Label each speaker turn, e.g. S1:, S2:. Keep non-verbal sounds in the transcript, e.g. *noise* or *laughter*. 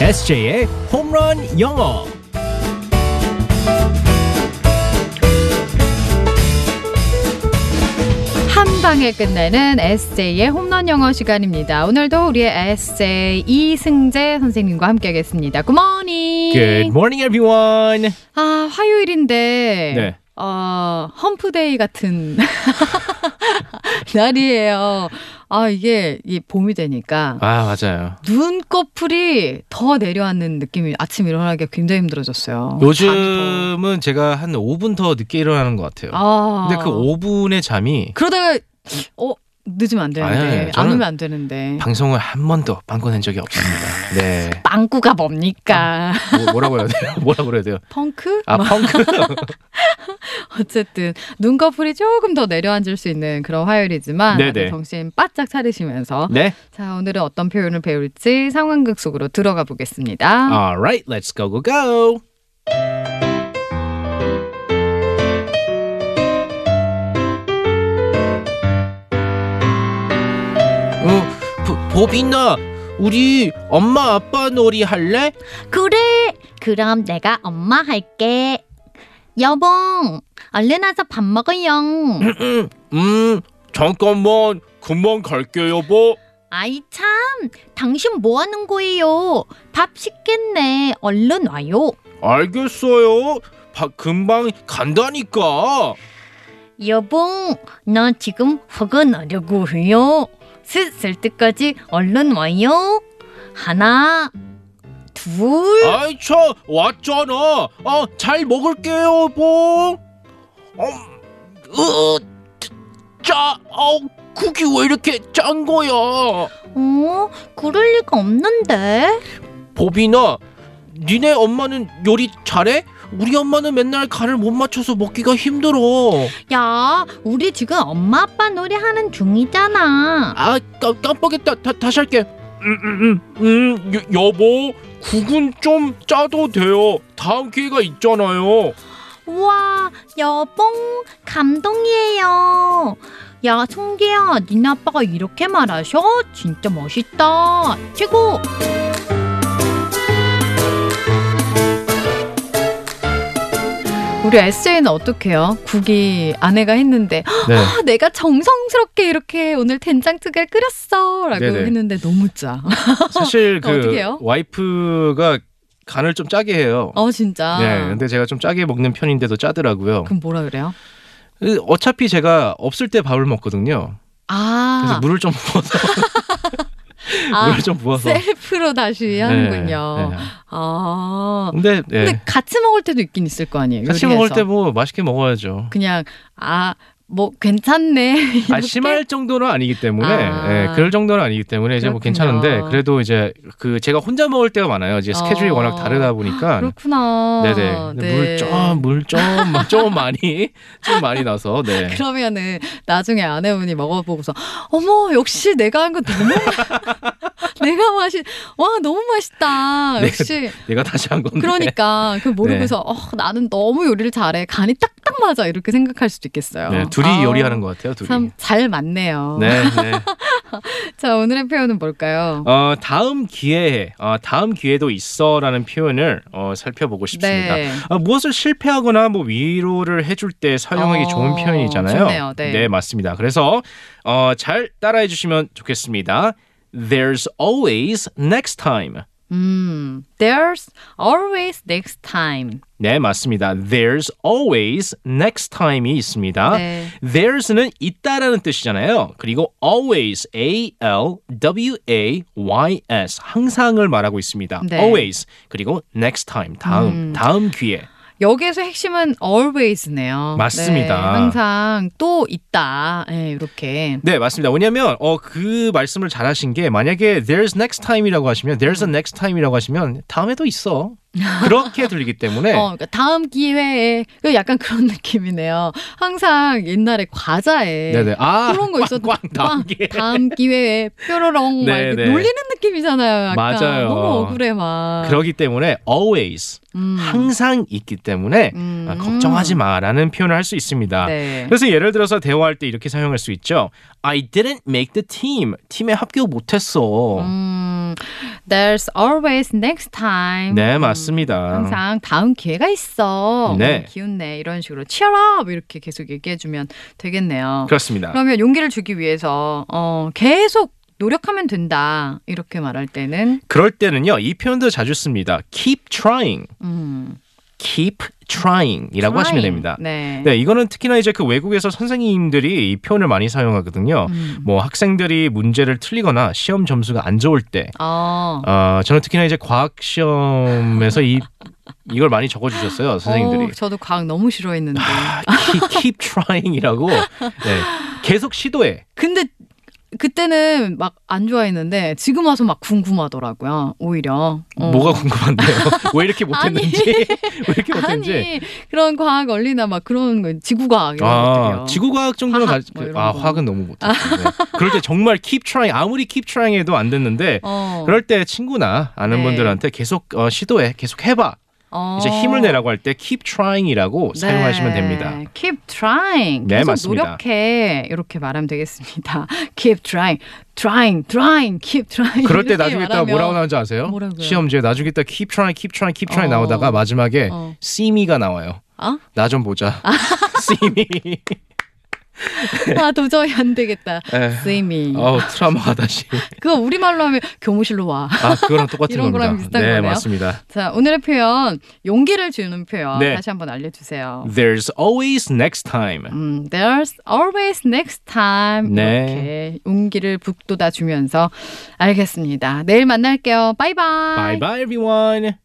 S1: SJ의 홈런 영어.
S2: 한 방에 끝내는 SJ의 홈런 영어 시간입니다. 오늘도 우리의 SJ 이승재 선생님과 함께하겠습니다. 굿모닝.
S1: Good morning, everyone.
S2: 아 화요일인데
S1: 네.
S2: 어, 험프데이 같은 *laughs* 날이에요. 아 이게 이 봄이 되니까
S1: 아 맞아요.
S2: 눈꺼풀이 더 내려앉는 느낌이 아침 일어나기가 굉장히 힘들어졌어요. 잠이
S1: 요즘은 제가 한 5분 더 늦게 일어나는 것 같아요.
S2: 더. 아
S1: 근데 그 5분의 잠이
S2: 그러다가 어 늦으면 안 되는데
S1: 아니, 아니,
S2: 안
S1: 저는
S2: 오면 안 되는데
S1: 방송을 한 번도 방관한 적이 없습니다. 네.
S2: 빵꾸가 뭡니까?
S1: 뭐, 뭐라고 해야 돼요? *laughs* 뭐라고 해야 돼요?
S2: 어, 펑크? 뭐,
S1: 아 펑크.
S2: 어쨌든 눈꺼풀이 조금 더 내려앉을 수 있는 그런 화요일이지만
S1: 네네.
S2: 다들 정신 바짝 차리시면서
S1: 네.
S2: 자 오늘은 어떤 표현을 배울지 상황극 속으로 들어가 보겠습니다.
S1: Alright, let's go go go. 어, 보, 보빈아, 우리 엄마 아빠 놀이 할래?
S3: 그래. 그럼 내가 엄마 할게. 여봉, 얼른 와서 밥
S2: *laughs*
S3: 먹어요.
S1: 음, 잠깐만, 금방 뭐. 갈게 여보.
S3: 아이 참, 당신 뭐 하는 거예요? 밥 식겠네. 얼른 와요.
S1: 알겠어요. 바, 금방 간다니까.
S3: 여봉, 나 지금 화가 나려고 해요. 슬슬 때까지 얼른 와요. 하나, 둘.
S1: 아이 저 왔잖아. 어, 잘 먹을게요, 봉. 어, 으, 짜, 어, 국이 왜 이렇게 짠 거야?
S3: 어, 그럴 리가 없는데.
S1: 보빈아, 니네 엄마는 요리 잘해? 우리 엄마는 맨날 간을 못 맞춰서 먹기가 힘들어.
S3: 야, 우리 지금 엄마 아빠 놀이하는 중이잖아.
S1: 아, 깜, 깜빡했다. 다, 다시 할게. 음, 음, 음, 음, 여, 여보, 국은 좀 짜도 돼요. 다음 기회가 있잖아요.
S3: 우와, 여봉 감동이에요. 야, 송기야, 니네 아빠가 이렇게 말하셔? 진짜 멋있다. 최고.
S2: 우리 SJ는 어떻게요? 국이 아내가 했는데
S1: 네.
S2: 아, 내가 정성스럽게 이렇게 오늘 된장찌개를 끓였어라고
S1: 네네.
S2: 했는데 너무 짜.
S1: 사실
S2: 그럼 어떻게
S1: 그
S2: 해요?
S1: 와이프가 간을 좀 짜게 해요.
S2: 어 진짜.
S1: 네, 근데 제가 좀 짜게 먹는 편인데도 짜더라고요.
S2: 그럼 뭐라 그래요?
S1: 그 어차피 제가 없을 때 밥을 먹거든요. 그래서
S2: 아,
S1: 물을 좀 부어서
S2: *laughs* 아
S1: 물을 좀 부어서.
S2: 셀프로 다시 하는군요.
S1: 네, 네.
S2: 아.
S1: 근데, 네.
S2: 근데 같이 먹을 때도 있긴 있을 거 아니에요.
S1: 같이
S2: 요리해서.
S1: 먹을 때 뭐 맛있게 먹어야죠.
S2: *laughs* 그냥 아 뭐 괜찮네.
S1: 아, 심할 정도는 아니기 때문에,
S2: 아.
S1: 예, 그럴 정도는 아니기 때문에 이제 뭐
S2: 그렇군요.
S1: 괜찮은데, 그래도 이제 그 제가 혼자 먹을 때가 많아요. 이제 스케줄이
S2: 어. 아,
S1: 워낙 다르다 보니까.
S2: 그렇구나.
S1: 네네.
S2: 네.
S1: 물좀물좀좀 좀 많이 좀 많이 나서 네.
S2: *laughs* 그러면은 나중에 아내분이 먹어보고서 어머 역시 내가 한 거 너무 *laughs* 내가 맛이 와 너무 맛있다
S1: 네.
S2: 역시
S1: 내가 다시 한 건데.
S2: 그러니까 그 모르고서 어 나는 너무 요리를 잘해 간이 딱딱 맞아 이렇게 생각할 수도 있겠어요.
S1: 네, 둘이
S2: 아,
S1: 요리하는 것 같아요. 둘이.
S2: 참 잘 맞네요.
S1: 네, 네.
S2: 자 오늘의 표현은 뭘까요?
S1: 어, 다음 기회에, 어, 다음 기회도 있어라는 표현을 어, 살펴보고 싶습니다.
S2: 네.
S1: 아, 무엇을 실패하거나 뭐 위로를 해줄 때 사용하기
S2: 어,
S1: 좋은 표현이잖아요.
S2: 좋네요. 네.
S1: 맞습니다. 그래서 어, 잘 따라해 주시면 좋겠습니다. There's always next time.
S2: 음, there's always next time.
S1: 네, 맞습니다. There's always next time이 있습니다.
S2: 네.
S1: There's는 있다라는 뜻이잖아요. 그리고 always, a l w a y s 항상을 말하고 있습니다.
S2: 네.
S1: always 그리고 next time 다음
S2: 음.
S1: 다음 기회.
S2: 여기에서 핵심은 always네요.
S1: 맞습니다.
S2: 네, 항상 또 있다. 네, 이렇게.
S1: 네 맞습니다. 왜냐하면 어, 그 말씀을 잘하신 게 만약에 there's next time이라고 하시면 there's a next time이라고 하시면 다음에도 있어. 그렇게 들리기 때문에
S2: *laughs* 어, 그러니까 다음 기회에 그 약간 그런 *laughs* 느낌이네요. 항상 옛날에 과자에
S1: 네네 아
S2: 그런 거 있었던
S1: 꽝 다음
S2: 꽝.
S1: 기회.
S2: 다음 기회에 뾰로롱 막 이렇게
S1: 네네.
S2: 놀리는 느낌이잖아요. 약간.
S1: 맞아요.
S2: 너무 억울해 막.
S1: 그러기 때문에 always
S2: 어. 음.
S1: 항상 있기 때문에
S2: 음.
S1: 아, 걱정하지 마라는 표현을 할 수 있습니다.
S2: 네.
S1: 그래서 예를 들어서 대화할 때 이렇게 사용할 수 있죠. I didn't make the team. 팀에 합격 못했어.
S2: 음, there's always next time.
S1: 네,
S2: 음,
S1: 맞습니다.
S2: 항상 다음 기회가 있어.
S1: 네.
S2: 음, 기운내 이런 식으로 cheer up 이렇게 계속 얘기해주면 되겠네요.
S1: 그렇습니다.
S2: 그러면 용기를 주기 위해서 어, 계속 노력하면 된다 이렇게 말할 때는
S1: 그럴 때는요, 이 표현도 자주 씁니다. Keep trying,
S2: 음,
S1: keep trying이라고 하시면
S2: trying.
S1: 됩니다.
S2: 네.
S1: 네, 이거는 특히나 이제 그 외국에서 선생님들이 이 표현을 많이 사용하거든요.
S2: 음.
S1: 뭐 학생들이 문제를 틀리거나 시험 점수가 안 좋을 때,
S2: 어.
S1: 어, 저는 특히나 이제 과학 시험에서 이 이걸 많이 적어주셨어요, 선생님들이.
S2: 어우, 저도 과학 너무 싫어했는데.
S1: 아, keep, keep trying이라고. 네, 계속 시도해.
S2: 근데 그때는 막 안 좋아했는데 지금 와서 막 궁금하더라고요. 오히려. 어.
S1: 뭐가 궁금한데요? *laughs* 왜 이렇게 못했는지, *laughs* 왜 이렇게 못했는지.
S2: 아니 그런 과학 원리나 막 그런 거 지구과학 이런 것들이요.
S1: 아, 지구과학 정도는
S2: 화학
S1: 가
S2: 뭐 이런
S1: 아,
S2: 거. 아.
S1: 화학은 너무 못했는데. 그럴 때 정말 keep trying 아무리 keep trying 해도 안 됐는데
S2: 어.
S1: 그럴 때 친구나 아는
S2: 네.
S1: 분들한테 계속 어, 시도해, 계속 해봐.
S2: 어.
S1: 이제 힘을 내라고 할 때 keep trying이라고
S2: 네.
S1: 사용하시면 됩니다.
S2: Keep trying.
S1: 네,
S2: 계속
S1: 맞습니다.
S2: 노력해. 이렇게 말하면 되겠습니다. *laughs* Keep trying. trying, trying, keep trying.
S1: 그럴 때
S2: 이렇게
S1: 나중에 딱
S2: 말하면-
S1: 뭐라고 나오는지 아세요?
S2: 뭐라고요?
S1: 시험지에 나중에 딱 keep trying, keep trying, keep trying
S2: 어.
S1: 나오다가 마지막에
S2: 어.
S1: see me가 나와요.
S2: 어?
S1: 나 좀 보자. *laughs* see me.
S2: 아 도저히 안 되겠다.
S1: 에. *laughs*
S2: 쌤이.
S1: 어우 트라우마가 다시.
S2: 그거 우리말로 하면 교무실로 와. *laughs*
S1: 아 그거랑 똑같은
S2: 이런
S1: 겁니다.
S2: 거랑 비슷한
S1: 네
S2: 거네요.
S1: 맞습니다.
S2: 자 오늘의 표현 용기를 주는 표현
S1: 네.
S2: 다시 한번 알려주세요.
S1: There's always next time.
S2: 음, there's always next time
S1: 네.
S2: 이렇게 용기를 북돋아 주면서 알겠습니다. 내일 만날게요.
S1: Bye
S2: 바이바이.
S1: bye everyone.